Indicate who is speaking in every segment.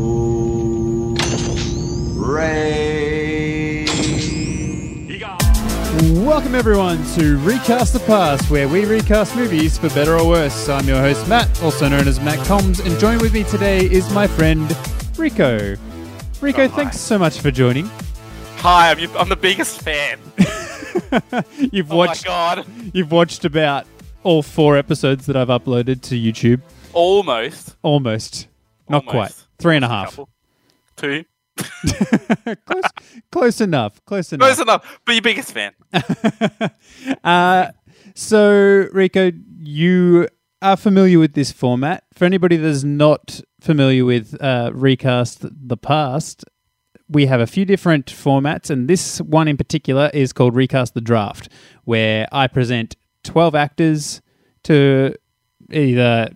Speaker 1: Do. Ray.
Speaker 2: Welcome everyone to Recast the Past, where we recast movies for better or worse. I'm your host Matt, also known as Matt Combs, and joined with me today is my friend Rico. Rico,
Speaker 3: Oh, hi.
Speaker 2: thanks so much for joining.
Speaker 3: Hi, I'm, your, I'm the biggest fan.
Speaker 2: You've
Speaker 3: Oh
Speaker 2: watched
Speaker 3: my god.
Speaker 2: you've watched about all four episodes that I've uploaded to YouTube.
Speaker 3: Almost.
Speaker 2: Almost. Not quite.
Speaker 3: Almost.
Speaker 2: Three and a half.
Speaker 3: Couple. Two.
Speaker 2: close, close enough. Close enough.
Speaker 3: Close enough, but your biggest fan.
Speaker 2: Uh, so, Rico, you are familiar with this format. For anybody that is not familiar with uh, Recast the Past, we have a few different formats, and this one in particular is called Recast the Draft, where I present 12 actors to either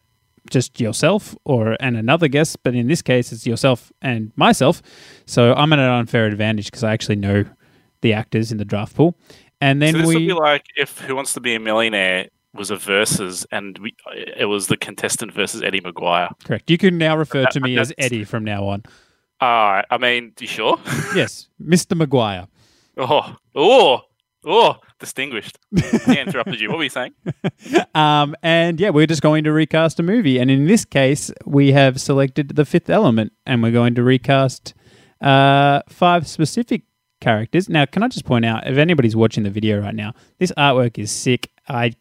Speaker 2: just yourself or and another guest, but in this case, it's yourself and myself. So I'm at an unfair advantage because I actually know the actors in the draft pool. And then
Speaker 3: so this
Speaker 2: we
Speaker 3: would be like if Who Wants to Be a Millionaire was a versus, and we, it was the contestant versus Eddie Maguire.
Speaker 2: Correct. You can now refer to me as
Speaker 3: that's-
Speaker 2: Eddie from now on.
Speaker 3: Uh, I mean, you sure?
Speaker 2: Yes, Mr. Maguire.
Speaker 3: oh, oh, oh, distinguished. I interrupted you. What were you saying?
Speaker 2: Um, and yeah, we're just going to recast a movie. And in this case, we have selected The Fifth Element and we're going to recast uh, five specific characters. Now, can I just point out if anybody's watching the video right now, this artwork is sick. I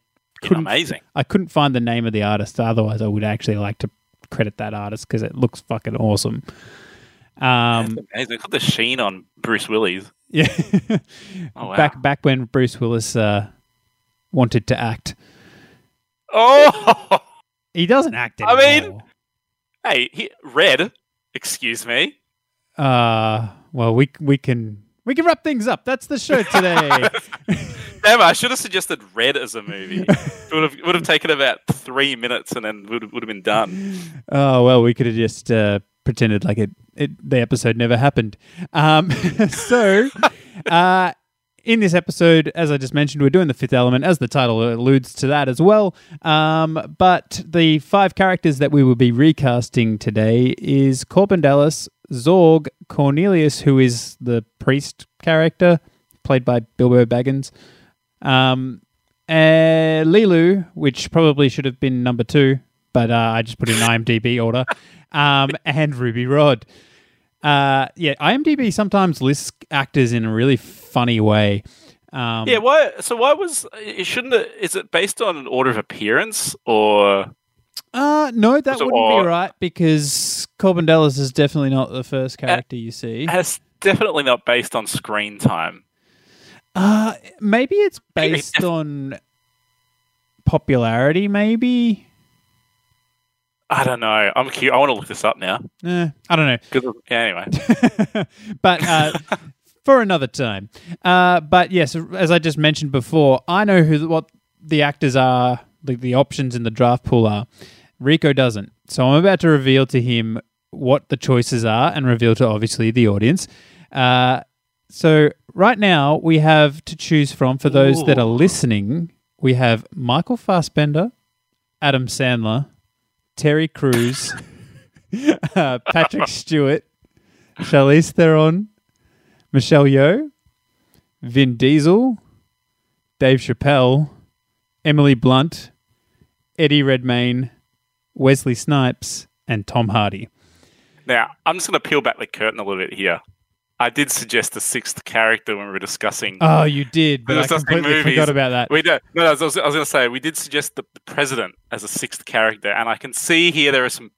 Speaker 2: couldn't
Speaker 3: amazing.
Speaker 2: I couldn't find the name of the artist. Otherwise, I would actually like to credit that artist because it looks fucking awesome. Um,
Speaker 3: Amazing. Got the sheen on Bruce Willis.
Speaker 2: yeah.
Speaker 3: Oh wow.
Speaker 2: back back when Bruce Willis uh, wanted to act.
Speaker 3: Oh,
Speaker 2: He doesn't act
Speaker 3: I
Speaker 2: anymore.
Speaker 3: mean- hey, he, red. Excuse me.
Speaker 2: uh, well, we we can we can wrap things up. That's the show today.
Speaker 3: Damn, I should have suggested Red as a movie. it would have, would have taken about three minutes and then would, would have been done.
Speaker 2: oh well, we could have just uh, pretended like it, it the episode never happened. Um, so. Uh, in this episode, as I just mentioned, we're doing the fifth element, as the title alludes to that as well. Um, but the five characters that we will be recasting today is Corbin Dallas, Zorg, Cornelius, who is the priest character, played by Bilbo Baggins, um, uh, Lilu, which probably should have been number two, but uh, I just put it in IMDb order, um, and Ruby Rod. Uh, yeah, IMDb sometimes lists actors in a really funny way. Um,
Speaker 3: Yeah, why? So why was it? Shouldn't it? Is it based on an order of appearance or?
Speaker 2: Uh, no, that
Speaker 3: So,
Speaker 2: wouldn't
Speaker 3: uh,
Speaker 2: be right because Corbin Dallas is definitely not the first
Speaker 3: Uh,
Speaker 2: character you see.
Speaker 3: And it's definitely not based on screen time.
Speaker 2: Uh, maybe it's based on popularity, maybe.
Speaker 3: I don't know. I'm cu I want to look this up now.
Speaker 2: Eh, I don't know.
Speaker 3: 'Cause of- yeah, anyway,
Speaker 2: but uh, for another time. Uh, but yes, as I just mentioned before, I know who what the actors are, the, the options in the draft pool are. Rico doesn't, so I'm about to reveal to him what the choices are, and reveal to obviously the audience. Uh, so right now we have to choose from for those that
Speaker 3: Ooh.
Speaker 2: are listening. We have Michael Fassbender, Adam Sandler, Terry Crews, uh, Patrick Stewart, Charlize Theron, Michelle Yeoh, Vin Diesel, Dave Chappelle, Emily Blunt, Eddie Redmayne, Wesley Snipes, and Tom Hardy.
Speaker 3: now I'm just going to peel back the curtain a little bit here. I did suggest the sixth character when we were discussing.
Speaker 2: Oh, you did, but
Speaker 3: They're
Speaker 2: I
Speaker 3: discussing
Speaker 2: completely
Speaker 3: movies.
Speaker 2: forgot about that.
Speaker 3: We do. No, I was, I was going to say we did suggest the, the president as a sixth character, and I can see here there are some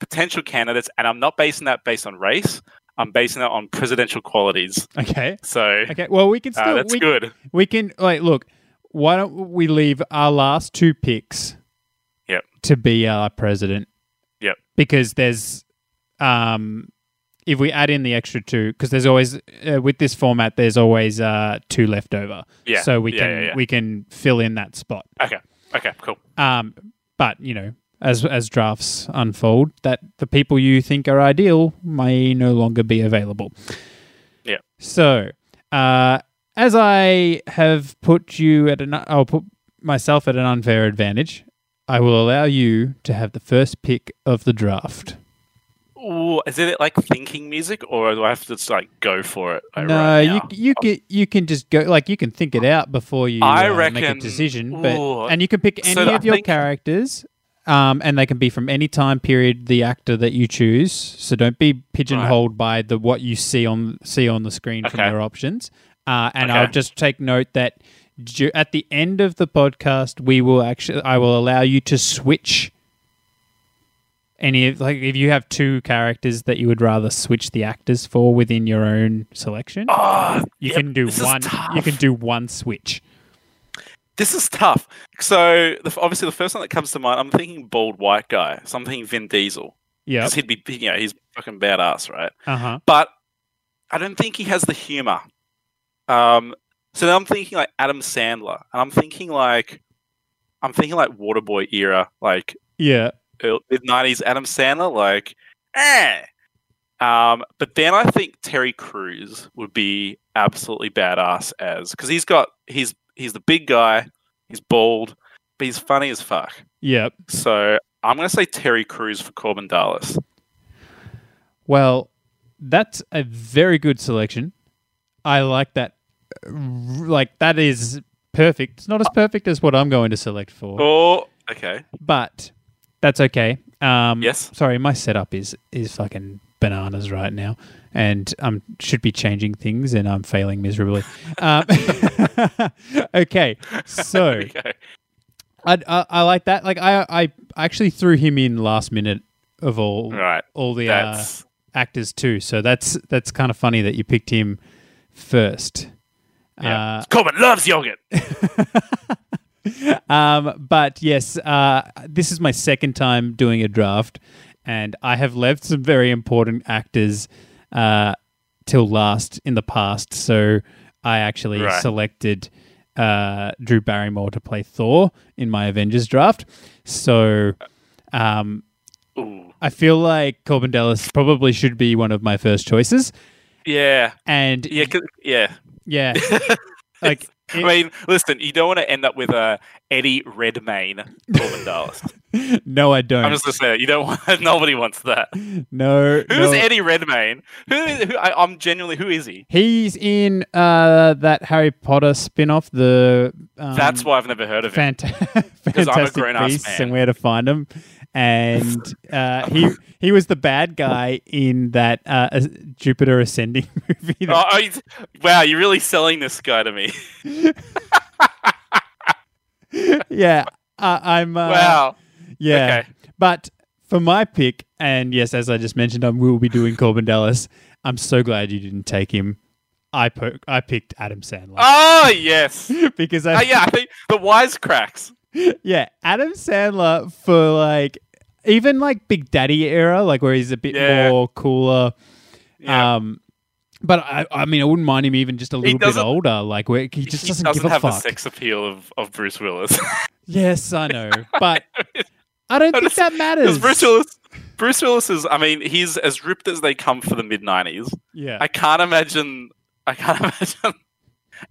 Speaker 3: potential candidates, and I'm not basing that based on race. I'm basing that on presidential qualities.
Speaker 2: Okay.
Speaker 3: So
Speaker 2: Okay. Well, we can still
Speaker 3: uh, that's
Speaker 2: we,
Speaker 3: good.
Speaker 2: we can like look. Why don't we leave our last two picks?
Speaker 3: Yep.
Speaker 2: To be our president.
Speaker 3: Yep.
Speaker 2: Because there's, um, if we add in the extra two, because there's always uh, with this format, there's always uh two left over.
Speaker 3: Yeah.
Speaker 2: So we
Speaker 3: Yeah,
Speaker 2: can
Speaker 3: yeah, yeah.
Speaker 2: we can fill in that spot.
Speaker 3: Okay. Okay. Cool.
Speaker 2: Um, but you know, as as drafts unfold, that the people you think are ideal may no longer be available.
Speaker 3: Yeah.
Speaker 2: So, uh, as I have put you at an, I'll put myself at an unfair advantage. I will allow you to have the first pick of the draft.
Speaker 3: Ooh. oh, is it like thinking music, or do I have to just like go for it? Like,
Speaker 2: no,
Speaker 3: right
Speaker 2: you
Speaker 3: now?
Speaker 2: you can you can just go like you can think it out before you
Speaker 3: I
Speaker 2: uh, make a
Speaker 3: reckon-
Speaker 2: decision, but
Speaker 3: Ooh.
Speaker 2: and you can pick any
Speaker 3: So I
Speaker 2: of your
Speaker 3: think-
Speaker 2: characters, um, and they can be from any time period the actor that you choose. So don't be pigeonholed by the what you see on see on the screen from
Speaker 3: Okay.
Speaker 2: their options. Uh, and
Speaker 3: Okay.
Speaker 2: I'll just take note that du- at the end of the podcast, we will actually I will allow you to switch any of like if you have two characters that you would rather switch the actors for within your own selection
Speaker 3: Oh,
Speaker 2: you
Speaker 3: yep,
Speaker 2: can do
Speaker 3: this is
Speaker 2: one
Speaker 3: tough.
Speaker 2: you can do one switch
Speaker 3: This is tough. So the, f- obviously, the first one that comes to mind, I'm thinking bald white guy. So I'm thinking Vin Diesel
Speaker 2: yeah
Speaker 3: because he'd be, you know, he's fucking badass, right?
Speaker 2: uh-huh
Speaker 3: But I don't think he has the humor. Um, so then I'm thinking like Adam Sandler, and I'm thinking like, I'm thinking like Waterboy era, like
Speaker 2: yeah
Speaker 3: early- mid '90s Adam Sandler, like, eh. Um, but then I think Terry Crews would be absolutely badass as because he's got he's he's the big guy, he's bald, but he's funny as fuck.
Speaker 2: yeah
Speaker 3: So I'm gonna say Terry Crews for Corbin Dallas.
Speaker 2: well that's a very good selection i like that r- like that is perfect it's not as perfect as what i'm going to select for
Speaker 3: Oh, okay,
Speaker 2: but that's okay um
Speaker 3: Yes.
Speaker 2: sorry my setup is is fucking bananas right now and i um, should be changing things and i'm failing miserably um, okay so
Speaker 3: there we go.
Speaker 2: I, I I like that. Like I I actually threw him in last minute of all
Speaker 3: Right,
Speaker 2: all the uh,
Speaker 3: that's
Speaker 2: actors too. So that's that's kind of funny that you picked him first.
Speaker 3: yeah. Corbin loves yogurt.
Speaker 2: Uh, um, but yes, uh, this is my second time doing a draft, and I have left some very important actors uh, till last in the past. So I actually
Speaker 3: Right.
Speaker 2: selected uh, Drew Barrymore to play Thor in my Avengers draft. So. Um,
Speaker 3: Ooh,
Speaker 2: I feel like Corbin Dallas probably should be one of my first choices.
Speaker 3: yeah,
Speaker 2: And
Speaker 3: yeah, 'cause- yeah.
Speaker 2: yeah, like
Speaker 3: I mean, listen, you don't want to end up with a Eddie Redmayne Corbin Dallas.
Speaker 2: no, I don't.
Speaker 3: I'm just gonna say that you don't want. Nobody wants that.
Speaker 2: no,
Speaker 3: Who's
Speaker 2: no.
Speaker 3: Eddie Redmayne? Who? is- who I, I'm genuinely. Who is he?
Speaker 2: He's in uh, that Harry Potter spin-off, the um,
Speaker 3: That's why I've never heard of him.
Speaker 2: Fant-
Speaker 3: I'm a
Speaker 2: Fantastic
Speaker 3: grown-ass
Speaker 2: Beasts
Speaker 3: man.
Speaker 2: and Where to Find Them. And uh, he he was the bad guy in that uh, As- Jupiter Ascending movie. that-
Speaker 3: Oh, oh, he's- wow, you're really selling this guy to me.
Speaker 2: yeah, uh, I'm. Uh,
Speaker 3: wow.
Speaker 2: Yeah.
Speaker 3: Okay.
Speaker 2: But for my pick, and yes, as I just mentioned, I will be doing Corbin Dallas. I'm so glad you didn't take him. I po- I picked Adam Sandler
Speaker 3: Oh yes.
Speaker 2: because
Speaker 3: Oh
Speaker 2: I
Speaker 3: yeah, I think the wisecracks.
Speaker 2: yeah Adam Sandler for like even like Big Daddy era, like where he's a bit
Speaker 3: Yeah.
Speaker 2: more cooler.
Speaker 3: Yeah.
Speaker 2: Um, but I I mean I wouldn't mind him even just a little bit
Speaker 3: doesn't-
Speaker 2: older, like where he just
Speaker 3: he
Speaker 2: doesn't,
Speaker 3: doesn't,
Speaker 2: give a
Speaker 3: have
Speaker 2: fuck.
Speaker 3: the sex appeal of, of Bruce Willis.
Speaker 2: Yes, I know, but I don't think
Speaker 3: just-
Speaker 2: that
Speaker 3: Because
Speaker 2: matters.
Speaker 3: Bruce Willis, Bruce Willis is. I mean, he's as ripped as they come for the mid '90s.
Speaker 2: yeah,
Speaker 3: I can't imagine. I can't imagine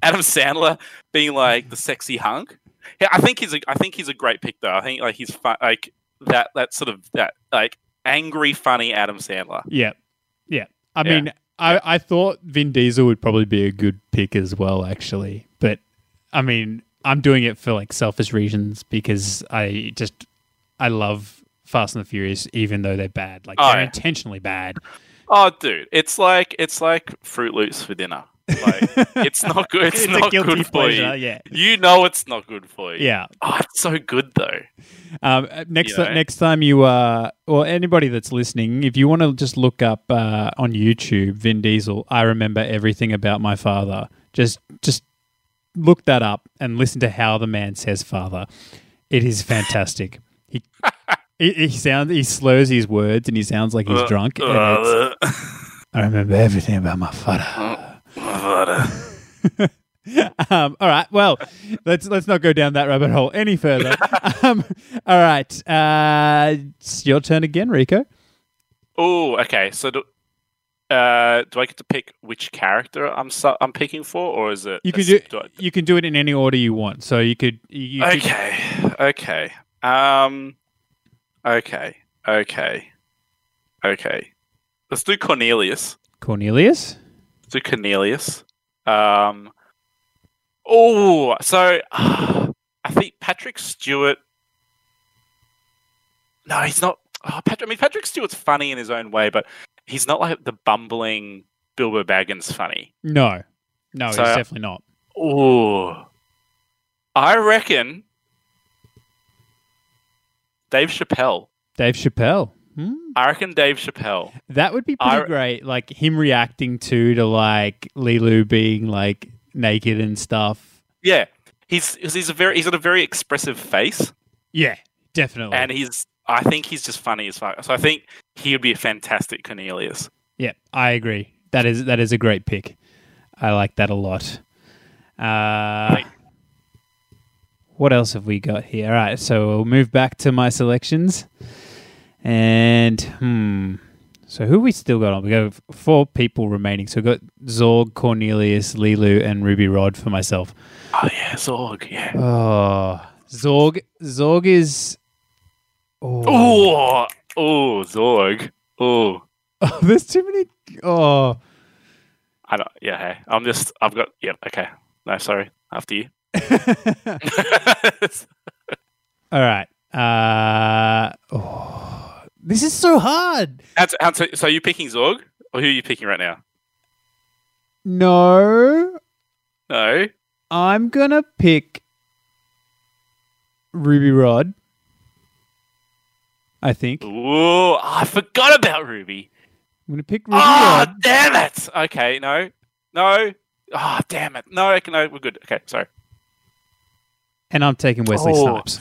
Speaker 3: Adam Sandler being like the sexy hunk. Yeah, I think he's. A, I think he's a great pick though. I think like he's fun, like that. That sort of that like angry, funny Adam Sandler.
Speaker 2: Yeah. Yeah. I
Speaker 3: Yeah.
Speaker 2: mean, I, I thought Vin Diesel would probably be a good pick as well, actually. But I mean, I'm doing it for like selfish reasons because I just, I love Fast and the Furious, even though they're bad. Like,
Speaker 3: Oh,
Speaker 2: they're
Speaker 3: yeah.
Speaker 2: intentionally bad.
Speaker 3: Oh, dude, it's like it's like Fruit Loops for dinner. Like it's not good. It's, not good for you.
Speaker 2: Yeah.
Speaker 3: You know it's not good for you.
Speaker 2: Yeah.
Speaker 3: Oh, it's so good though.
Speaker 2: Um, uh, next
Speaker 3: You know?
Speaker 2: next time you uh, or anybody that's listening, if you want to just look up uh, on YouTube Vin Diesel, I remember everything about my father. Just just look that up and listen to how the man says father. It is fantastic. he, he he sounds he slurs his words and he sounds like he's
Speaker 3: Uh,
Speaker 2: drunk. and it's-
Speaker 3: uh,
Speaker 2: I remember everything about my father.
Speaker 3: uh,
Speaker 2: um, all right. Well, let's let's not go down that rabbit hole any further. um, all right. Uh, it's your turn again, Rico.
Speaker 3: oh, okay. So do, uh, do I get to pick which character I'm su- I'm picking for, or is it
Speaker 2: You
Speaker 3: a
Speaker 2: can
Speaker 3: s-
Speaker 2: do
Speaker 3: I-
Speaker 2: you can do it in any order you want. So you could you, you could-
Speaker 3: okay, okay, um, okay, okay, okay. Let's do Cornelius.
Speaker 2: Cornelius.
Speaker 3: Let's do Cornelius. Um, oh, so I think Patrick Stewart. No, he's not. Oh, Patrick, I mean, Patrick Stewart's funny in his own way, but he's not like the bumbling Bilbo Baggins funny.
Speaker 2: No, no,
Speaker 3: So-
Speaker 2: he's definitely not.
Speaker 3: Ooh. I reckon Dave Chappelle.
Speaker 2: Dave Chappelle. Hmm?
Speaker 3: I reckon Dave Chappelle.
Speaker 2: That would be pretty
Speaker 3: I-
Speaker 2: great. Like him reacting to to like Lilu being like naked and stuff.
Speaker 3: Yeah. He's he's a very he's got a very expressive face
Speaker 2: Yeah, definitely.
Speaker 3: and he's I think he's just funny as fuck. So I think he would be a fantastic Cornelius.
Speaker 2: yeah, I agree. That is that is a great pick. I like that a lot. Uh,
Speaker 3: Right.
Speaker 2: What else have we got here? All right, so we'll move back to my selections. And hmm, so who we still got on? We got four people remaining. So we got Zorg, Cornelius, Lilu, and Ruby Rod for myself.
Speaker 3: Oh yeah, Zorg, yeah.
Speaker 2: Oh, Zorg. Zorg is. Oh,
Speaker 3: Oh, oh, Zorg. Oh,
Speaker 2: there's too many. Oh,
Speaker 3: I don't. Yeah, hey, I'm just. I've got. Yep. Okay. No, sorry. After you.
Speaker 2: all right. Uh, oh, this is so hard.
Speaker 3: That's- that's- so, are you picking Zorg, or who are you picking right now?
Speaker 2: No,
Speaker 3: No.
Speaker 2: I'm gonna pick Ruby Rod. I think I'm
Speaker 3: Ooh, ah, I forgot about Ruby.
Speaker 2: gonna pick Ruby
Speaker 3: Ah,
Speaker 2: Rod.
Speaker 3: damn it. Okay. No. No. Ah, damn it. No. okay, No. We're good. Okay. Sorry.
Speaker 2: and I'm taking Wesley
Speaker 3: Oh.
Speaker 2: Snipes.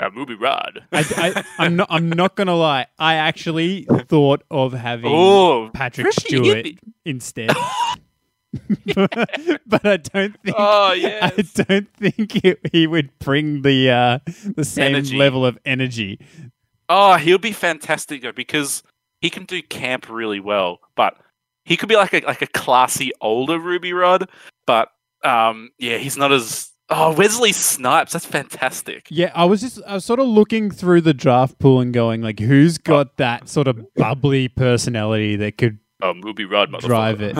Speaker 3: Uh, Ruby Rod.
Speaker 2: I, I, I'm not. I'm not gonna lie. I actually thought of having
Speaker 3: Oh,
Speaker 2: Patrick
Speaker 3: Ruby,
Speaker 2: Stewart
Speaker 3: Ruby.
Speaker 2: instead. but I don't think
Speaker 3: Oh yeah.
Speaker 2: I don't think it, he would bring the uh, the same
Speaker 3: Energy.
Speaker 2: level of energy.
Speaker 3: Oh, he'll be fantastic though because he can do camp really well. But he could be like a like a classy older Ruby Rod. But um, yeah, he's not as oh Wesley Snipes. That's fantastic.
Speaker 2: Yeah, I was just I was sort of looking through the draft pool and going like,
Speaker 3: Oh.
Speaker 2: who's got that sort of bubbly personality that could
Speaker 3: Um, Ruby Rod, motherfucker.
Speaker 2: drive it?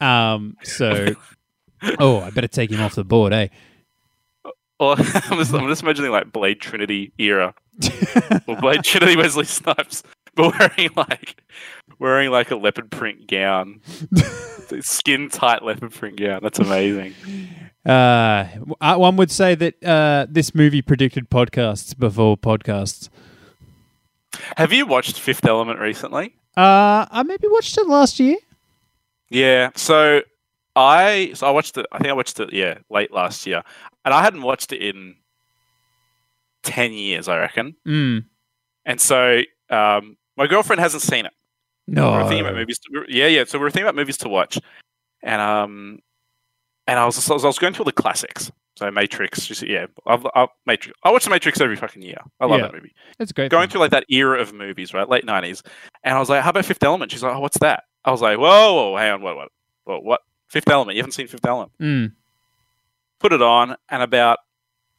Speaker 2: um, so, oh, I better take him off the board, eh?
Speaker 3: Or I'm just, I'm just imagining like Blade Trinity era, or Blade Trinity Wesley Snipes, but wearing like wearing like a leopard print gown, skin tight leopard print gown. That's amazing.
Speaker 2: Uh, w- uh, one would say that uh, this movie predicted podcasts before podcasts.
Speaker 3: Have you watched Fifth Element recently?
Speaker 2: Uh, I maybe watched it last year.
Speaker 3: Yeah. So I so I watched it. I think I watched it. Yeah, late last year, and I hadn't watched it in ten years, I reckon.
Speaker 2: Mm.
Speaker 3: And so um, my girlfriend hasn't seen it.
Speaker 2: No.
Speaker 3: We were thinking about movies. To, yeah, yeah. So we were thinking about movies to watch, and um, and I was just- I was, I was going through the classics. So Matrix, just, yeah, I've, I've, Matrix. I watch the Matrix every fucking year. I love
Speaker 2: Yeah.
Speaker 3: that movie.
Speaker 2: That's a great.
Speaker 3: Going
Speaker 2: film.
Speaker 3: through like that era of movies, right, late nineties, and I was like, "How about Fifth Element?" She's like, "Oh, what's that?" I was like, "Whoa, whoa, hang on, what, what, what, what? Fifth Element? You haven't seen Fifth Element?"
Speaker 2: Mm.
Speaker 3: Put it on, and about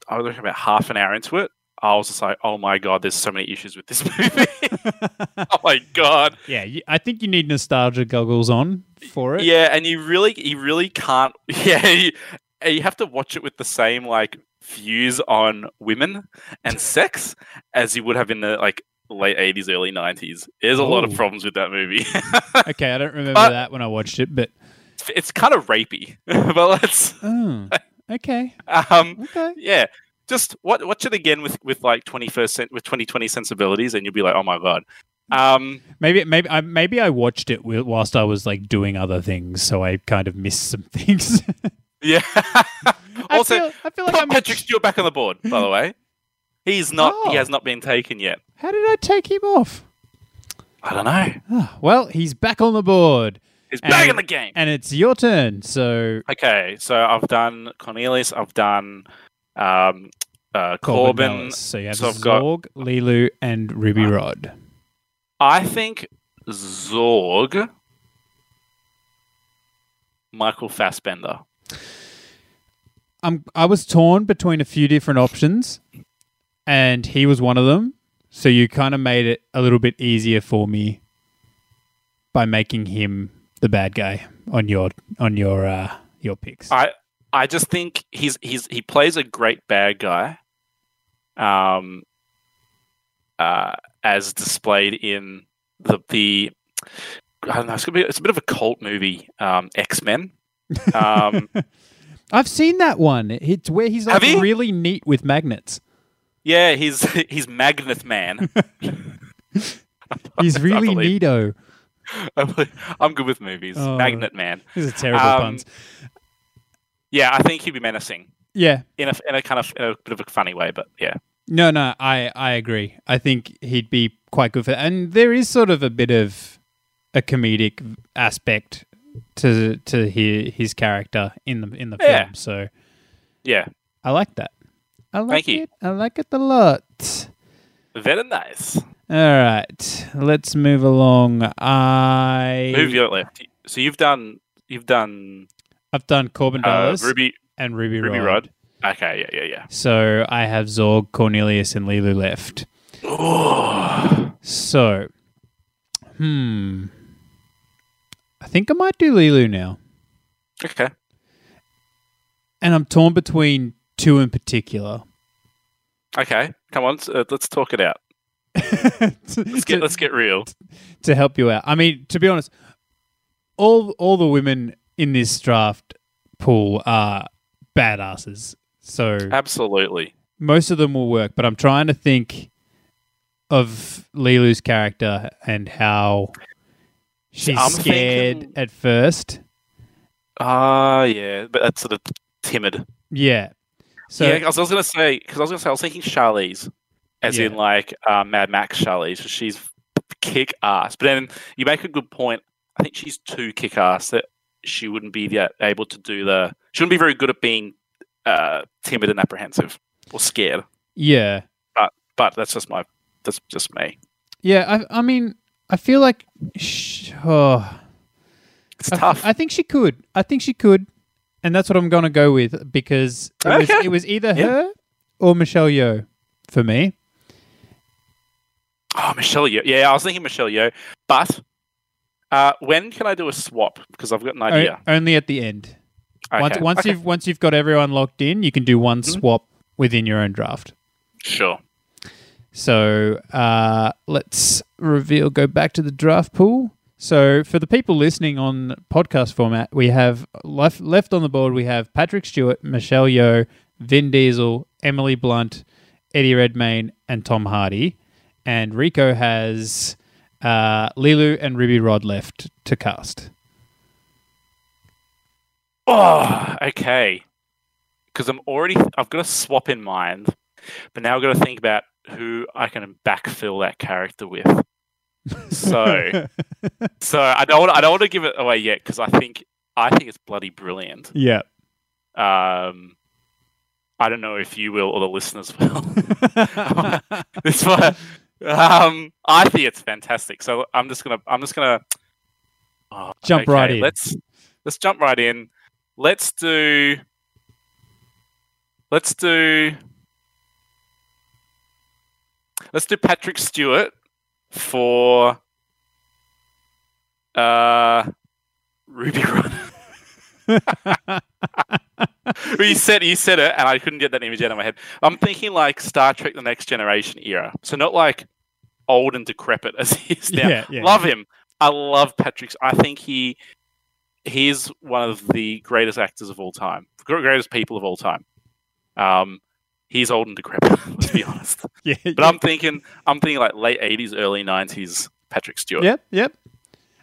Speaker 3: I was about half an hour into it, I was just like, "Oh my god, there's so many issues with this movie."
Speaker 2: Hmm.
Speaker 3: oh my god.
Speaker 2: yeah, you, I think you need nostalgia goggles on for it.
Speaker 3: Yeah, and you really, you really can't. Yeah, you, you have to watch it with the same like views on women and sex as you would have in the like late eighties, early nineties. There's a lot of
Speaker 2: Ooh.
Speaker 3: problems with that movie.
Speaker 2: Okay, I don't remember
Speaker 3: But-
Speaker 2: that when I watched it, but
Speaker 3: it's, it's kind of rapey, but let's.
Speaker 2: oh, okay,
Speaker 3: Um,
Speaker 2: okay.
Speaker 3: yeah, just watch, watch it again with with like twenty first cent with twenty twenty sensibilities, and you'll be like, oh my god. Um,
Speaker 2: Maybe, maybe, I, maybe I watched it wi- whilst I was like doing other things, so I kind of missed some things.
Speaker 3: yeah. also,
Speaker 2: I feel, I feel like
Speaker 3: put
Speaker 2: I'm.
Speaker 3: Patrick Stewart back on the board. By the way, he's not.
Speaker 2: Oh.
Speaker 3: He has not been taken yet.
Speaker 2: How did I take him off?
Speaker 3: I don't know.
Speaker 2: Ah, well, he's back on the board,
Speaker 3: He's back in
Speaker 2: And-
Speaker 3: the game.
Speaker 2: and it's your turn. So
Speaker 3: Okay, so I've done Cornelius. I've done um, uh,
Speaker 2: Corbin.
Speaker 3: Corbin.
Speaker 2: Dallas. So you have
Speaker 3: so I've got-
Speaker 2: Zorg, Lilu, and Ruby Rod.
Speaker 3: I think Zorg. Michael Fassbender.
Speaker 2: I'm I was torn between a few different options, and he was one of them. So you kind of made it a little bit easier for me by making him the bad guy on your on your uh, your picks.
Speaker 3: I I just think he's he's he plays a great bad guy, um, uh, as displayed in the the I don't know. It's gonna be it's a bit of a cult movie, um, X Men. Um,
Speaker 2: I've seen that one. It's where he's like
Speaker 3: Have you?
Speaker 2: really neat with magnets.
Speaker 3: yeah, he's he's Magnet Man.
Speaker 2: He's really
Speaker 3: believe-
Speaker 2: neato.
Speaker 3: I'm good with movies.
Speaker 2: Oh.
Speaker 3: Magnet Man.
Speaker 2: These are terrible
Speaker 3: Um,
Speaker 2: puns.
Speaker 3: Yeah, I think he'd be menacing
Speaker 2: Yeah,
Speaker 3: in a in a kind of in a bit of a funny way, but yeah.
Speaker 2: No, no, I, I agree. I think he'd be quite good for And there is sort of a bit of a comedic aspect to to hi- his character in the in the
Speaker 3: Yeah.
Speaker 2: film. So
Speaker 3: Yeah,
Speaker 2: I like that. I like
Speaker 3: Thank you.
Speaker 2: it. I like it a lot.
Speaker 3: very nice.
Speaker 2: All right, let's move along. I
Speaker 3: Move your left. So you've done you've done
Speaker 2: I've done Corbin
Speaker 3: uh,
Speaker 2: Dallas
Speaker 3: Ruby
Speaker 2: and Ruby,
Speaker 3: Ruby
Speaker 2: Rod.
Speaker 3: Rod. Okay, yeah, yeah,
Speaker 2: So I have Zorg, Cornelius, and Lilu left.
Speaker 3: yeah. Ooh.
Speaker 2: So, hmm. I think I might do Lilu now.
Speaker 3: Okay.
Speaker 2: And I'm torn between two in particular.
Speaker 3: Okay. Come on. s- uh, Let's talk it out.
Speaker 2: to,
Speaker 3: Let's get let's get real.
Speaker 2: to help you out. I mean, to be honest, all all the women in this draft pool are badasses. So
Speaker 3: Uh, Absolutely.
Speaker 2: most of them will work, but I'm trying to think of Lilu's character and how she's
Speaker 3: I'm
Speaker 2: scared
Speaker 3: thinking-
Speaker 2: at first.
Speaker 3: Ah, yeah. But that's sort of timid.
Speaker 2: Yeah. So
Speaker 3: yeah, 'cause I was gonna say because I was gonna say I was thinking Charlize, as
Speaker 2: Yeah.
Speaker 3: in like uh, Mad Max Charlize. So she's kick ass. But then you make a good point. I think she's too kick ass that she wouldn't be the, able to do the. She wouldn't be very good at being uh, timid and apprehensive or scared.
Speaker 2: yeah.
Speaker 3: But that's just my. That's just me.
Speaker 2: Yeah, I I mean, I feel like sh- oh,
Speaker 3: It's
Speaker 2: I,
Speaker 3: tough.
Speaker 2: I think she could. I think she could, and that's what I'm gonna go with because it, was,
Speaker 3: Okay.
Speaker 2: it was either
Speaker 3: Yeah.
Speaker 2: her or Michelle Yeoh for me.
Speaker 3: Oh, Michelle Yeoh. Yeah, I was thinking Michelle Yeoh. But uh, when can I do a swap? Because I've got an
Speaker 2: O-
Speaker 3: idea.
Speaker 2: only at the end. Once,
Speaker 3: Okay,
Speaker 2: once
Speaker 3: okay,
Speaker 2: you've once you've got everyone locked in, you can do one
Speaker 3: Mhm.
Speaker 2: swap within your own draft.
Speaker 3: sure.
Speaker 2: So uh, let's reveal. Go back to the draft pool. So for the people listening on podcast format, we have left left on the board. We have Patrick Stewart, Michelle Yeoh, Vin Diesel, Emily Blunt, Eddie Redmayne, and Tom Hardy. And Rico has uh, Lilu and Ruby Rod left to cast.
Speaker 3: Oh, okay. Because I'm already, I've got a swap in mind, but now I've got to think about who I can backfill that character with. So, so I don't, wanna- I don't want to give it away yet because I think, I think it's bloody brilliant.
Speaker 2: yeah.
Speaker 3: Um, I don't know if you will or the listeners will. It's why um, I think it's fantastic. So I'm just gonna I'm just gonna Oh,
Speaker 2: Jump right in.
Speaker 3: Let's let's jump right in. Let's do let's do let's do Patrick Stewart for uh Ruby Rod. you said you said it, and I couldn't get that image out of my head. I'm thinking like Star Trek: The Next Generation era, so not like old and decrepit as he is now.
Speaker 2: yeah, yeah.
Speaker 3: Love him. I love Patrick's. I think he he's one of the greatest actors of all time, gr- greatest people of all time. Um, he's old and decrepit. Let's be honest.
Speaker 2: yeah.
Speaker 3: But I'm thinking, I'm thinking like late '80s, early '90s. Patrick Stewart.
Speaker 2: Yep, yep.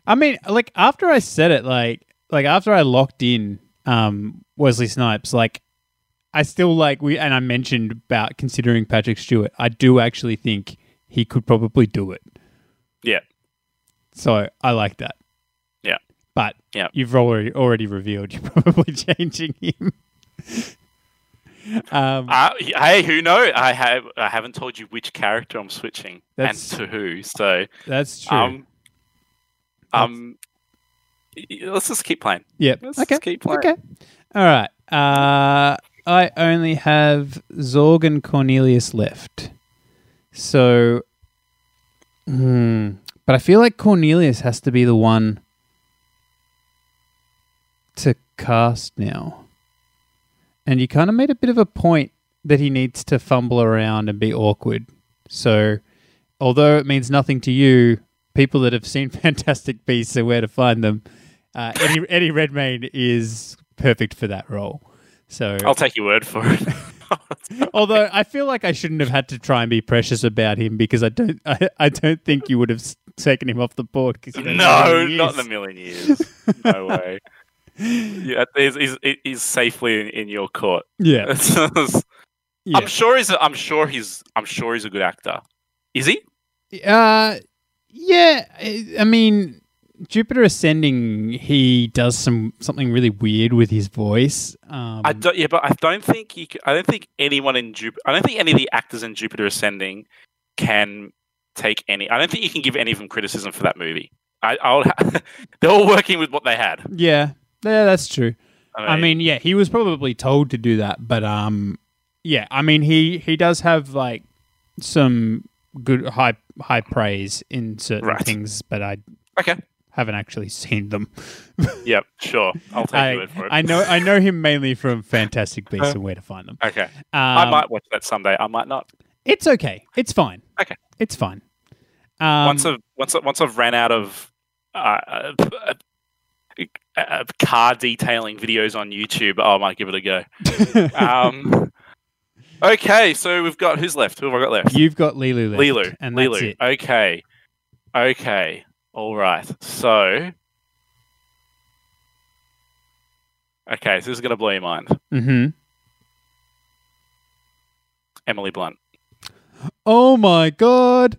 Speaker 2: I mean, like after I said it, like like after I locked in um Wesley Snipes, like I still like we and I mentioned about considering Patrick Stewart. I do actually think he could probably do it.
Speaker 3: Yeah.
Speaker 2: So I like that.
Speaker 3: Yeah.
Speaker 2: But
Speaker 3: Yeah.
Speaker 2: you've already already revealed you're probably changing him. um,
Speaker 3: Uh, hey, who know? I have I haven't told you which character I'm switching
Speaker 2: That's-
Speaker 3: and to who. So
Speaker 2: that's true.
Speaker 3: um um y- y- let's just keep playing.
Speaker 2: Yep.
Speaker 3: Let's
Speaker 2: Okay.
Speaker 3: just keep playing.
Speaker 2: Okay. All right. Uh, I only have Zorg and Cornelius left. So Hmm. But I feel like Cornelius has to be the one to cast now. And you kind of made a bit of a point that he needs to fumble around and be awkward. So, although it means nothing to you, people that have seen Fantastic Beasts and where to find them, uh, Eddie, Eddie Redmayne is perfect for that role. So,
Speaker 3: I'll take your word for it.
Speaker 2: Although I feel like I shouldn't have had to try and be precious about him because I don't, I, I don't think you would have s- taken him off the board. 'cause you don't know who
Speaker 3: no,
Speaker 2: he
Speaker 3: not
Speaker 2: is.
Speaker 3: in a million years. No way. Yeah, he's, he's, he's safely in, in your court.
Speaker 2: Yeah, yeah.
Speaker 3: I'm sure he's. A, I'm sure he's. I'm sure he's a good actor. Is he?
Speaker 2: Uh, yeah. I I mean, Jupiter Ascending, he does some something really weird with his voice. Um,
Speaker 3: I don't. Yeah, but I don't think he. c- I don't think anyone in Jupiter. I don't think any of the actors in Jupiter Ascending can take any. I don't think you can give any of them criticism for that movie. I, I'll. they're all working with what they had.
Speaker 2: Yeah, yeah, that's true.
Speaker 3: I mean,
Speaker 2: I mean, yeah, he was probably told to do that, but um, yeah, I mean, he he does have like some good high high praise in certain
Speaker 3: Right.
Speaker 2: things, but I
Speaker 3: okay.
Speaker 2: haven't actually seen them.
Speaker 3: Yep. Sure. I'll take your
Speaker 2: I,
Speaker 3: word for it.
Speaker 2: I know I know him mainly from Fantastic Beasts
Speaker 3: Uh,
Speaker 2: and Where to Find Them.
Speaker 3: Okay.
Speaker 2: Um,
Speaker 3: I might watch that someday. I might not.
Speaker 2: It's okay. It's fine.
Speaker 3: Okay.
Speaker 2: It's fine. Um,
Speaker 3: once I've once I- once I've ran out of uh, uh, uh, uh, car detailing videos on YouTube, I might give it a go. Um, okay, so we've got who's left? Who have I got left?
Speaker 2: you've got Lilu left,
Speaker 3: Lilu.
Speaker 2: and that's
Speaker 3: Lilu.
Speaker 2: it.
Speaker 3: Okay. Okay. All right. So. Okay, so this is going to blow your mind.
Speaker 2: Mm-hmm.
Speaker 3: Emily Blunt.
Speaker 2: Oh my god!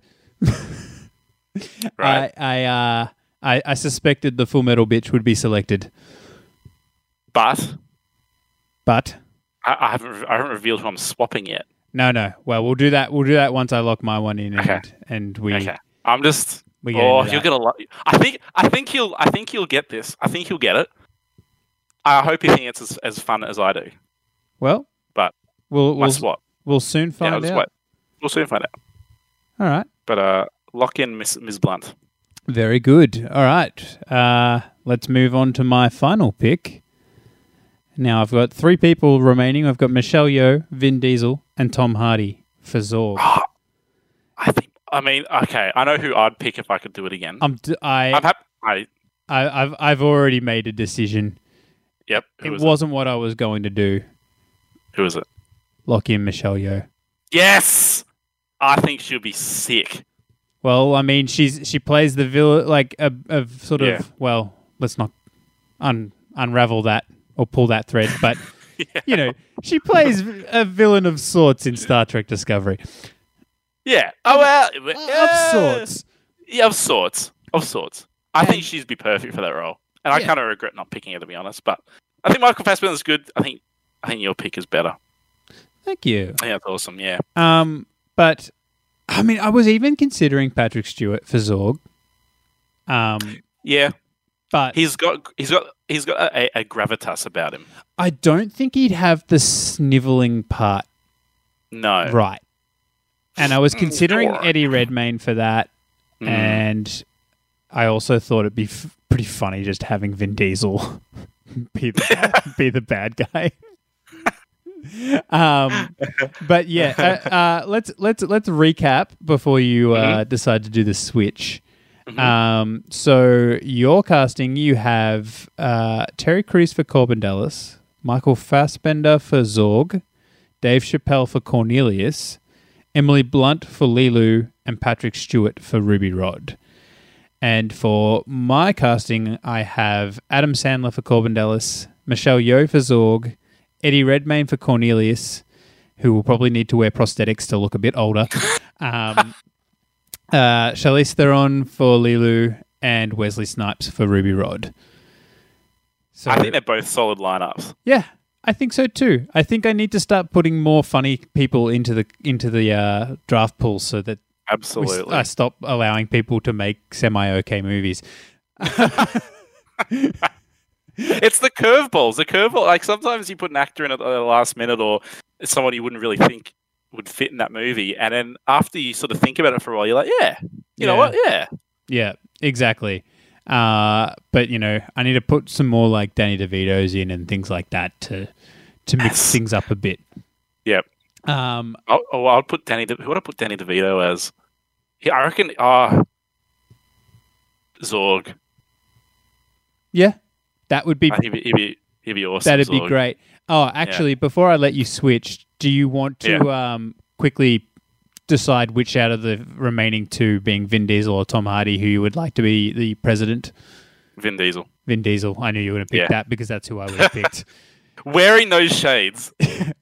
Speaker 3: Right.
Speaker 2: I I, uh, I I suspected the Full Metal bitch would be selected,
Speaker 3: but
Speaker 2: but
Speaker 3: I, I, haven't, re- I haven't revealed who I'm swapping yet.
Speaker 2: no, no. Well, we'll do that. We'll do that once I lock my one in, and
Speaker 3: Okay.
Speaker 2: and we
Speaker 3: Okay. I'm just.
Speaker 2: we get
Speaker 3: Oh,
Speaker 2: into
Speaker 3: you're
Speaker 2: that.
Speaker 3: gonna love. I think. I think he'll. I think he'll get this. I think he'll get it. I hope he thinks it's as, as fun as I do.
Speaker 2: well,
Speaker 3: but
Speaker 2: we'll
Speaker 3: My
Speaker 2: we'll,
Speaker 3: swap.
Speaker 2: we'll soon
Speaker 3: Yeah, I'll
Speaker 2: find
Speaker 3: just
Speaker 2: out.
Speaker 3: wait. We'll soon find out.
Speaker 2: All right.
Speaker 3: But uh, lock in Miss Ms. Blunt.
Speaker 2: Very good. All right. Uh, let's move on to my final pick. Now I've got three people remaining. I've got Michelle Yeoh, Vin Diesel, and Tom Hardy for
Speaker 3: Ah.
Speaker 2: Zorg.
Speaker 3: I think. I mean, okay. I know who I'd pick if I could do it again.
Speaker 2: I'm d- I,
Speaker 3: I'm happy. I,
Speaker 2: I, I've I've already made a decision.
Speaker 3: yep.
Speaker 2: It
Speaker 3: Who is it?
Speaker 2: wasn't what I was going to do.
Speaker 3: Who is it?
Speaker 2: Lock in Michelle Yeoh.
Speaker 3: Yes. I think she'll be sick.
Speaker 2: Well, I mean, she's she plays the villain like a, a sort
Speaker 3: Yeah.
Speaker 2: of well. Let's not un, unravel that or pull that thread, but you know, she plays a villain of sorts in Star Trek Discovery.
Speaker 3: Yeah. Oh well.
Speaker 2: Of sorts.
Speaker 3: Yeah, of sorts. Of sorts. I
Speaker 2: And-
Speaker 3: think she'd be perfect for that role. And I
Speaker 2: Yeah.
Speaker 3: kind of regret not picking her, to be honest. But I think Michael Fassbender's good. I think I think your pick is better.
Speaker 2: Thank you.
Speaker 3: I think that's awesome. Yeah.
Speaker 2: Um, but I mean, I was even considering Patrick Stewart for Zorg. Um,
Speaker 3: Yeah.
Speaker 2: but
Speaker 3: He's got he's got he's got a, a gravitas about him.
Speaker 2: I don't think he'd have the sniveling part
Speaker 3: No.
Speaker 2: right. And I was considering
Speaker 3: sure.
Speaker 2: Eddie Redmayne for that,
Speaker 3: Mm.
Speaker 2: and I also thought it'd be f- pretty funny just having Vin Diesel be the, be the bad guy. um, but yeah, uh, uh, let's let's let's recap before you uh, decide to do the switch.
Speaker 3: Mhm.
Speaker 2: Um, so your casting, you have uh, Terry Crews for Corbin Dallas, Michael Fassbender for Zorg, Dave Chappelle for Cornelius, Emily Blunt for Lilu, and Patrick Stewart for Ruby Rod. And for my casting, I have Adam Sandler for Corbin Dallas, Michelle Yeoh for Zorg, Eddie Redmayne for Cornelius, who will probably need to wear prosthetics to look a bit older, um, uh, Charlize Theron for Lilu, and Wesley Snipes for Ruby Rod. So
Speaker 3: I think they're both solid lineups.
Speaker 2: yeah, I think so too. I think I need to start putting more funny people into the into the uh, draft pool so that we s-
Speaker 3: Absolutely.
Speaker 2: I stop allowing people to make semi okay movies.
Speaker 3: it's the curveballs. The curveball. Like sometimes you put an actor in at the last minute, or someone you wouldn't really think would fit in that movie, and then after you sort of think about it for a while, you're like, yeah, You know
Speaker 2: Yeah.
Speaker 3: what? Yeah.
Speaker 2: Yeah, exactly. Uh, but you know, I need to put some more like Danny DeVito's in and things like that to to mix
Speaker 3: Yes.
Speaker 2: things up a bit.
Speaker 3: Yep.
Speaker 2: Um,
Speaker 3: I'll, oh, I'll put Danny. De- who would I put Danny DeVito as? Yeah, I reckon. Ah, Zorg.
Speaker 2: yeah, that would be
Speaker 3: Uh, he'd, be, he'd be he'd be awesome.
Speaker 2: that'd be
Speaker 3: Zorg.
Speaker 2: great. Oh, actually, before I let you switch, do you want to um quickly decide which out of the remaining two, being Vin Diesel or Tom Hardy, who you would like to be the president?
Speaker 3: Vin Diesel
Speaker 2: Vin Diesel. I knew you would have picked
Speaker 3: Yeah.
Speaker 2: that because that's who I would have picked.
Speaker 3: wearing those shades.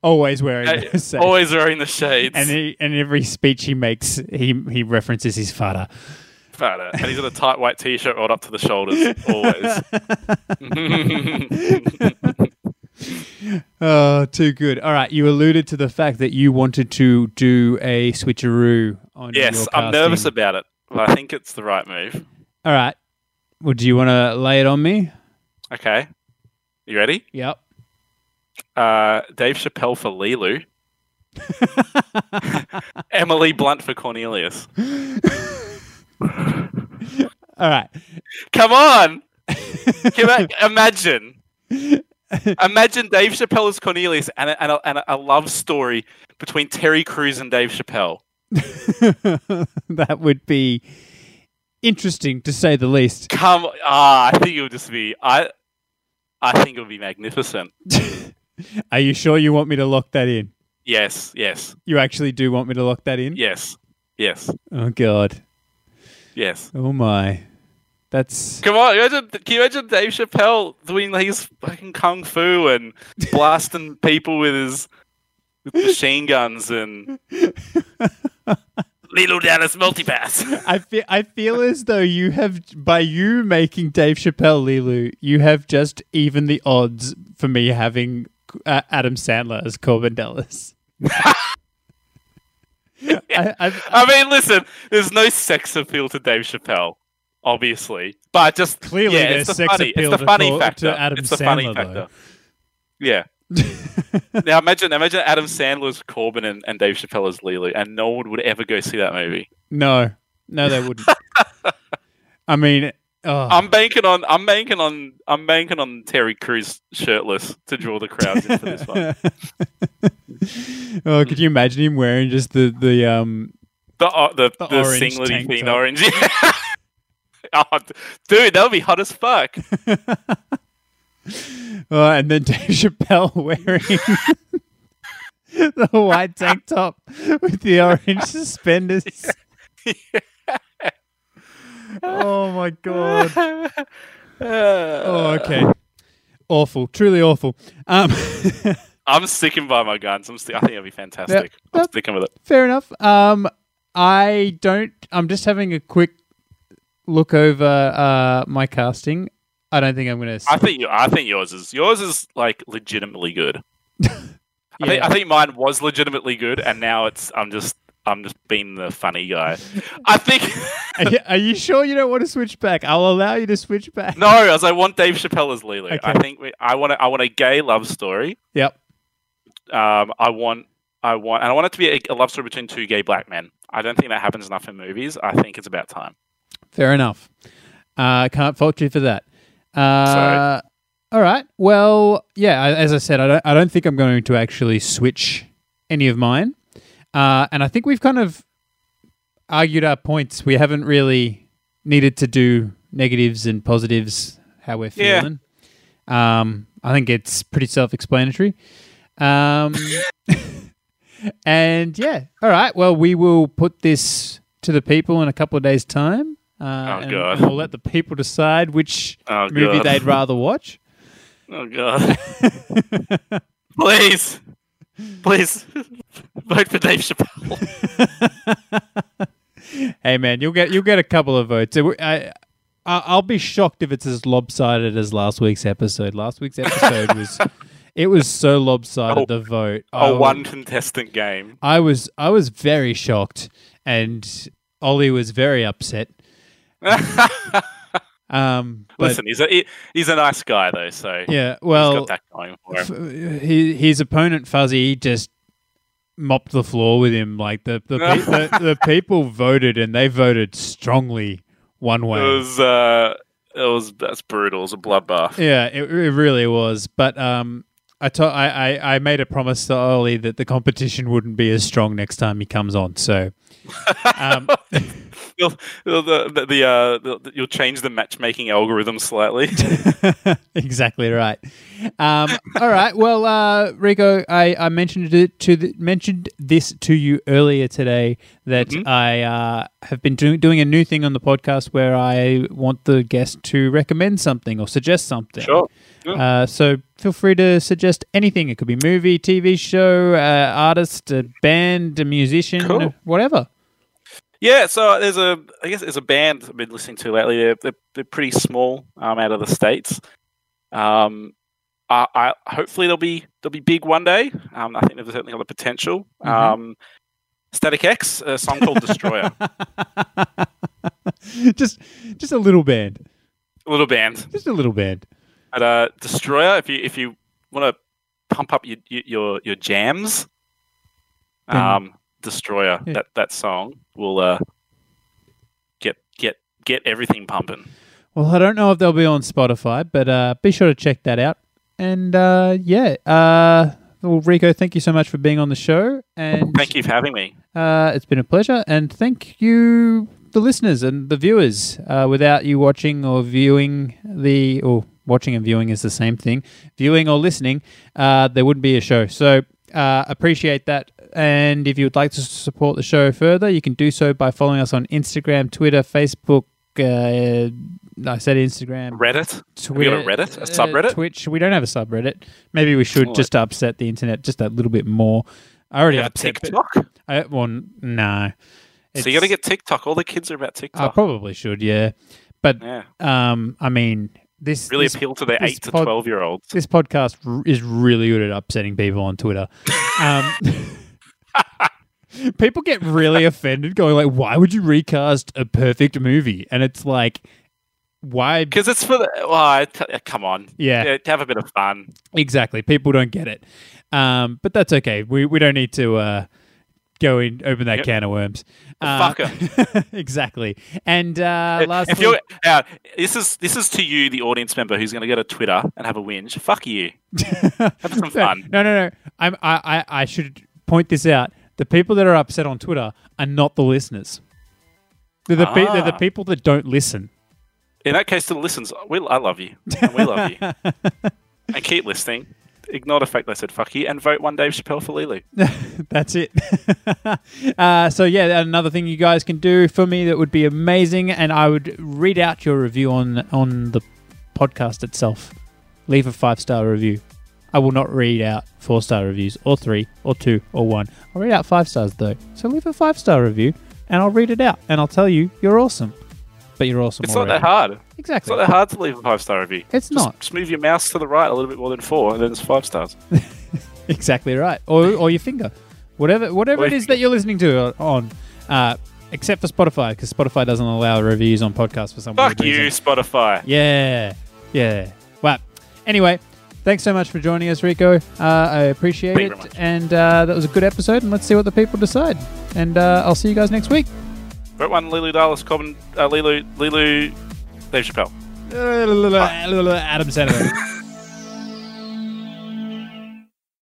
Speaker 2: Always wearing
Speaker 3: Hey,
Speaker 2: those same-
Speaker 3: Always wearing the shades.
Speaker 2: And he, and every speech he makes, he he references his father.
Speaker 3: Fada. And he's got a tight white t-shirt rolled up to the shoulders. Always.
Speaker 2: Oh, too good. All right, you alluded to the fact that you wanted to do a switcheroo on. your
Speaker 3: yes, I'm nervous
Speaker 2: casting.
Speaker 3: about it, but I think it's the right move.
Speaker 2: All right. Well, do you want to lay it on me?
Speaker 3: Okay, you ready?
Speaker 2: Yep.
Speaker 3: Uh, Dave Chappelle for Lelu. Emily Blunt for Cornelius.
Speaker 2: All right.
Speaker 3: Come on! Give it- imagine. Imagine Dave Chappelle as Cornelius and a, and, a, and a love story between Terry Crews and Dave Chappelle.
Speaker 2: that would be interesting to say the least.
Speaker 3: Come, ah, I think it would just be. I, I think it would be magnificent.
Speaker 2: Are you sure you want me to lock that in?
Speaker 3: Yes, yes,
Speaker 2: You actually do want me to lock that in?
Speaker 3: yes, yes,
Speaker 2: Oh god.
Speaker 3: yes.
Speaker 2: Oh my. That's
Speaker 3: Come on, imagine, can you imagine Dave Chappelle doing like his fucking kung fu and blasting people with his with machine guns and Lilo Dallas multipass?
Speaker 2: I feel I feel as though you have by you making Dave Chappelle Lulu, you have just even the odds for me having uh, Adam Sandler as Corbin Dallas. I, I,
Speaker 3: I mean, listen, there's no sex appeal to Dave Chappelle, obviously, but just
Speaker 2: Clearly
Speaker 3: yeah,
Speaker 2: there's
Speaker 3: it's the
Speaker 2: sex
Speaker 3: funny,
Speaker 2: appeal
Speaker 3: it's the
Speaker 2: to
Speaker 3: funny
Speaker 2: Cor- to
Speaker 3: factor.
Speaker 2: Adam
Speaker 3: it's the funny
Speaker 2: Sandler,
Speaker 3: factor.
Speaker 2: though.
Speaker 3: Yeah. now imagine, imagine Adam Sandler's Corbin and, and Dave Chappelle as Lulu, and no one would ever go see that movie.
Speaker 2: no, no, they wouldn't. I mean, oh,
Speaker 3: I'm banking on, I'm banking on, I'm banking on Terry Crews shirtless to draw the crowds into this one.
Speaker 2: oh, could you imagine him wearing just the the um?
Speaker 3: The o the,
Speaker 2: The
Speaker 3: the,
Speaker 2: orange
Speaker 3: singlety
Speaker 2: tank
Speaker 3: thing,
Speaker 2: top.
Speaker 3: orange. oh, d- dude, that would be hot as fuck.
Speaker 2: Oh, and then Dave Chappelle wearing the white tank top with the orange suspenders. oh my god. Oh, okay. Awful, truly awful. Um,
Speaker 3: I'm sticking by my guns. I'm sti- I think it'll be fantastic. I'm
Speaker 2: Yep.
Speaker 3: sticking with it.
Speaker 2: fair enough. Um, I don't. I'm just having a quick look over uh, my casting. I don't think I'm going to.
Speaker 3: I think you, I think yours is yours is like legitimately good. I, think,
Speaker 2: Yeah.
Speaker 3: I think mine was legitimately good, and now it's I'm just I'm just being the funny guy. I think
Speaker 2: Are you, are you sure you don't want to switch back? I'll allow you to switch back.
Speaker 3: no, as I want Dave Chappelle as Lulu. I
Speaker 2: Okay.
Speaker 3: think we, I want a, I want a gay love story.
Speaker 2: Yep.
Speaker 3: Um, I want I want and I want it to be a, a love story between two gay black men. I don't think that happens enough in movies. I think it's about time.
Speaker 2: Fair enough. Uh, can't fault you for that. Uh, all right. Well, yeah. I- As I said, I don't. I don't think I'm going to actually switch any of mine. Uh, and I think we've kind of argued our points. We haven't really needed to do negatives and positives. How we're
Speaker 3: Yeah.
Speaker 2: feeling. Um, I think it's pretty self-explanatory. Um, and yeah, all right. Well, we will put this to the people in a couple of days' time. Uh, and,
Speaker 3: Oh, God.
Speaker 2: and we'll let the people decide which
Speaker 3: Oh,
Speaker 2: movie
Speaker 3: God.
Speaker 2: they'd rather watch.
Speaker 3: Oh god. Please. Please. Vote for Dave Chappelle.
Speaker 2: Hey, man, you'll get you'll get a couple of votes. It w- I, I- I'll be shocked if it's as lopsided as last week's episode. Last week's episode was it was so lopsided
Speaker 3: Oh.
Speaker 2: the vote. I
Speaker 3: A
Speaker 2: was-
Speaker 3: one contestant game.
Speaker 2: I was I was very shocked, and Ollie was very upset. Um, but
Speaker 3: Listen, he's a he- he's a nice guy though, so
Speaker 2: yeah,
Speaker 3: he's
Speaker 2: well,
Speaker 3: got that going for him.
Speaker 2: f- his, his opponent Fuzzy just mopped the floor with him. Like the the, pe- the, the people voted, and they voted strongly one
Speaker 3: It
Speaker 2: way.
Speaker 3: was uh, it was that's brutal. It was a bloodbath.
Speaker 2: Yeah, it, it really was. But um, I, to- I, I I made a promise to Ollie that the competition wouldn't be as strong next time he comes on. So, um,
Speaker 3: You'll, the, the, the, uh, the, you'll change the matchmaking algorithm slightly.
Speaker 2: exactly right. Um, all right. Well, uh, Rico, I, I mentioned it to the, mentioned this to you earlier today that I uh, have been do- doing a new thing on the podcast where I want the guest to recommend something or suggest something.
Speaker 3: Yeah.
Speaker 2: Uh, so feel free to suggest anything. It could be movie, TV show, uh, artist, a band, a musician,
Speaker 3: Cool.
Speaker 2: whatever.
Speaker 3: Yeah, so there's a I guess there's a band I've been listening to lately. They're, they're, they're pretty small um, out of the states. Um, I, I hopefully they'll be they'll be big one day. Um, I think they've certainly got the potential.
Speaker 2: Mhm.
Speaker 3: Um, Static X, a song called Destroyer,
Speaker 2: just just a little band.
Speaker 3: a little band.
Speaker 2: Just a little band.
Speaker 3: But, uh, Destroyer, if you if you want to pump up your your- your your jams,
Speaker 2: Then-
Speaker 3: um, Destroyer
Speaker 2: Hmm. Yeah.
Speaker 3: that that song will uh, get get get everything pumping.
Speaker 2: Well, I don't know if they'll be on Spotify, but uh, be sure to check that out. And uh, yeah, uh, well, Rico, thank you so much for being on the show, and
Speaker 3: Thank you for having me.
Speaker 2: Uh, it's been a pleasure, and thank you, the listeners and the viewers. Uh, without you watching or viewing the or watching and viewing is the same thing. Viewing or listening, uh, there wouldn't be a show. So uh, appreciate that. And if you would like to support the show further, you can do so by following us on Instagram, Twitter, Facebook. Uh, I said Instagram.
Speaker 3: Reddit. we
Speaker 2: Twitter, uh,
Speaker 3: got a Reddit? A subreddit?
Speaker 2: Twitch. We don't have a subreddit. Maybe we should
Speaker 3: Alright.
Speaker 2: just to upset the internet just a little bit more. I already
Speaker 3: Yeah,
Speaker 2: upset.
Speaker 3: TikTok.
Speaker 2: I, Uh, well, n- no.
Speaker 3: So you got to get TikTok. All the kids are about
Speaker 2: I
Speaker 3: TikTok.
Speaker 2: probably should, yeah. But
Speaker 3: yeah,
Speaker 2: um, I mean, this
Speaker 3: really
Speaker 2: this,
Speaker 3: appeal to the
Speaker 2: this
Speaker 3: eight to
Speaker 2: pod-
Speaker 3: twelve year olds.
Speaker 2: this podcast r- is really good at upsetting people on Twitter. Um, people get really offended, going like, "Why would you recast a perfect movie?" And it's like, why?
Speaker 3: Because it's for the. Well, I t- uh, come on.
Speaker 2: Yeah.
Speaker 3: Yeah, have a bit of fun.
Speaker 2: Exactly. People don't get it. Um, but that's okay. We, we don't need to uh, go in, open that
Speaker 3: Yep.
Speaker 2: can of worms. Uh,
Speaker 3: Well, fuck
Speaker 2: exactly. And uh, lastly,
Speaker 3: if you're uh, this is this is to you, the audience member, who's going to go to Twitter and have a whinge. Fuck you. Have some fun.
Speaker 2: No, no, no. I'm, I, I, I should point this out. The people that are upset on Twitter are not the listeners. They're the, pe- they're the
Speaker 3: Ah.
Speaker 2: people that don't listen.
Speaker 3: In that case, to the listens, we, I love you. And we love you. and keep listening. Ignore the fact they said fuck you and vote one Dave Chappelle for Lulu.
Speaker 2: That's it. uh, so yeah, another thing you guys can do for me that would be amazing, and I would read out your review on on the podcast itself. Leave a five star review. I will not read out four star reviews or three or two or one. I'll read out five stars though. So leave a five star review, and I'll read it out, and I'll tell you you're awesome. But you're awesome.
Speaker 3: It's not
Speaker 2: already.
Speaker 3: that hard. It's
Speaker 2: Exactly.
Speaker 3: not that hard to leave a five star review.
Speaker 2: It's
Speaker 3: Just-
Speaker 2: not.
Speaker 3: Just move your mouse to the right a little bit more than four, and then it's five stars.
Speaker 2: Exactly right. Or, or your finger. Whatever whatever
Speaker 3: Or
Speaker 2: it
Speaker 3: your
Speaker 2: is that you're listening to on, uh, except for Spotify, because Spotify doesn't allow reviews on podcasts for some
Speaker 3: Fuck
Speaker 2: weird
Speaker 3: you,
Speaker 2: reason.
Speaker 3: Spotify.
Speaker 2: Yeah. Yeah. Well, anyway, thanks so much for joining us, Rico. Uh, I appreciate
Speaker 3: Thank you very
Speaker 2: it.
Speaker 3: much.
Speaker 2: And uh, that was a good episode, and let's see what the people decide. And uh, I'll see you guys next week.
Speaker 3: Vote one Lulu Dallas, Common, uh, Lulu, Lulu, Dave Chappelle.
Speaker 2: Adam Sandler.